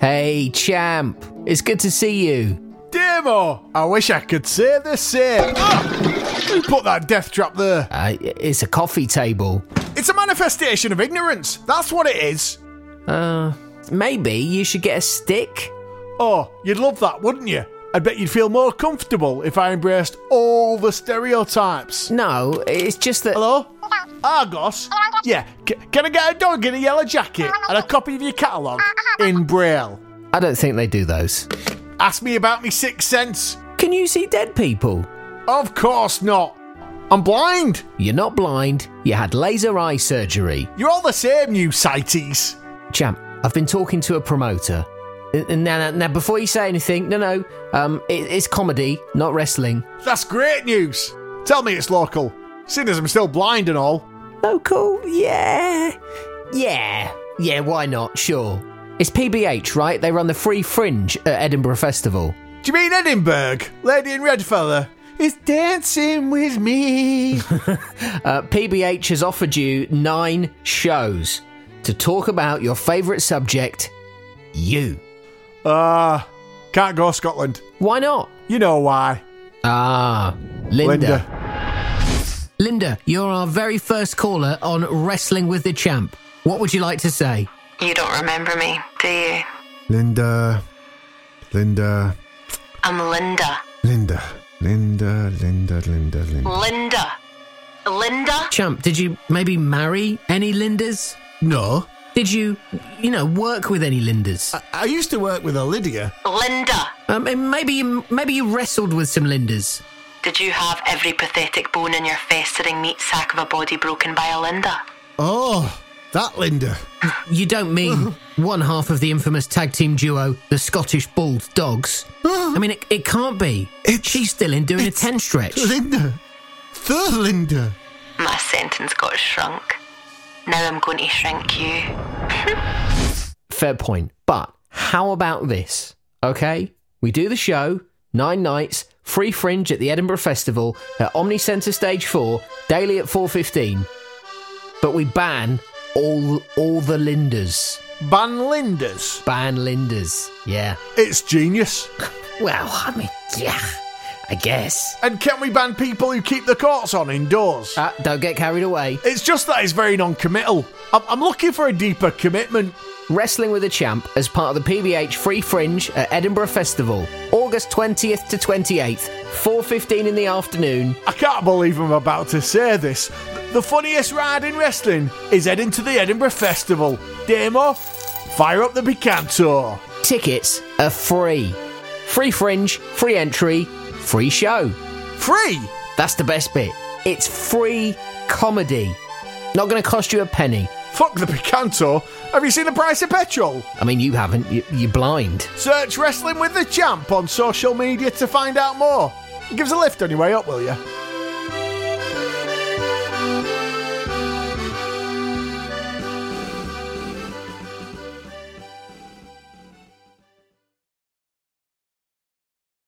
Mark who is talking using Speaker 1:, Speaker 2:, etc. Speaker 1: Hey, champ. It's good to see you.
Speaker 2: Demo! I wish I could say the same. Who put that death trap there?
Speaker 1: Uh, it's a coffee table.
Speaker 2: It's a manifestation of ignorance. That's what it is.
Speaker 1: Uh, maybe you should get a stick?
Speaker 2: Oh, you'd love that, wouldn't you? I bet you'd feel more comfortable if I embraced all the stereotypes.
Speaker 1: No, it's just that.
Speaker 2: Hello? Argos? Yeah, c- can I get a dog in a yellow jacket and a copy of your catalogue in Braille?
Speaker 1: I don't think they do those.
Speaker 2: Ask me about me sixth sense.
Speaker 1: Can you see dead people?
Speaker 2: Of course not. I'm blind.
Speaker 1: You're not blind. You had laser eye surgery.
Speaker 2: You're all the same, you sighties.
Speaker 1: Champ, I've been talking to a promoter. Uh, uh, Now, now, now before you say anything, no, no, um, it, it's comedy, not wrestling.
Speaker 2: That's great news. Tell me it's local. Seeing as I'm still blind and all.
Speaker 1: Oh, cool. Yeah. Yeah. Yeah, why not? Sure. It's PBH, right? They run the free fringe at Edinburgh Festival.
Speaker 2: Do you mean Edinburgh? Lady in red fella is dancing with me.
Speaker 1: Uh, PBH has offered you nine shows to talk about your favourite subject, you.
Speaker 2: Ah, can't go Scotland.
Speaker 1: Why not?
Speaker 2: You know why,
Speaker 1: Ah, Linda. Linda.
Speaker 2: Linda.
Speaker 1: you're our very first caller on Wrestling with the Champ. What would you like to say?
Speaker 3: You don't remember me, do you?
Speaker 4: Linda, Linda,
Speaker 3: I'm Linda.
Speaker 4: Linda, Linda, Linda, Linda, Linda.
Speaker 3: Linda. Linda?
Speaker 1: Champ, did you maybe marry any Lindas?
Speaker 5: No.
Speaker 1: Did you, you know, work with any Lindas?
Speaker 2: Uh,
Speaker 5: I used to work with a Lydia.
Speaker 3: Linda.
Speaker 1: Um, and maybe you, maybe you wrestled with some Lindas.
Speaker 3: Did you have every pathetic bone in your festering meat sack of a body broken by a Linda?
Speaker 5: Oh, that Linda.
Speaker 1: You don't mean one half of the infamous tag team duo, the Scottish Bald Dogs. I mean, it, it can't be.
Speaker 5: It's-
Speaker 1: She's still in doing a
Speaker 5: it's-
Speaker 1: 10 stretch.
Speaker 5: Linda. The Linda.
Speaker 3: My sentence got shrunk. Now I'm going to shrink you.
Speaker 1: Fair point. But how about this? Okay, we do the show, nine nights, free fringe at the Edinburgh Festival at Omni Centre Stage 4, daily at 4.15. But we ban all, all the Lindas.
Speaker 2: Ban Linda's.
Speaker 1: Ban Lindas. Yeah.
Speaker 2: It's genius.
Speaker 1: Well, I mean, yeah, I guess.
Speaker 2: And can we ban people who keep the courts on indoors?
Speaker 1: Uh, don't get carried away.
Speaker 2: It's just that it's very non-committal. I'm, I'm looking for a deeper commitment.
Speaker 1: Wrestling with a Champ as part of the PBH Free Fringe at Edinburgh Festival, August 20th to 28th, 4.15 in the afternoon.
Speaker 2: I can't believe I'm about to say this. The funniest ride in wrestling is heading to the Edinburgh Festival. Demo, fire up the Picanto.
Speaker 1: Tickets are free. Free fringe, free entry, free show.
Speaker 2: Free?
Speaker 1: That's the best bit. It's free comedy. Not going to cost you a penny.
Speaker 2: Fuck the Picanto. Have you seen the price of petrol?
Speaker 1: I mean, you haven't. You, you're blind.
Speaker 2: Search Wrestling with the Champ on social media to find out more. Give us a lift on your way up, will you?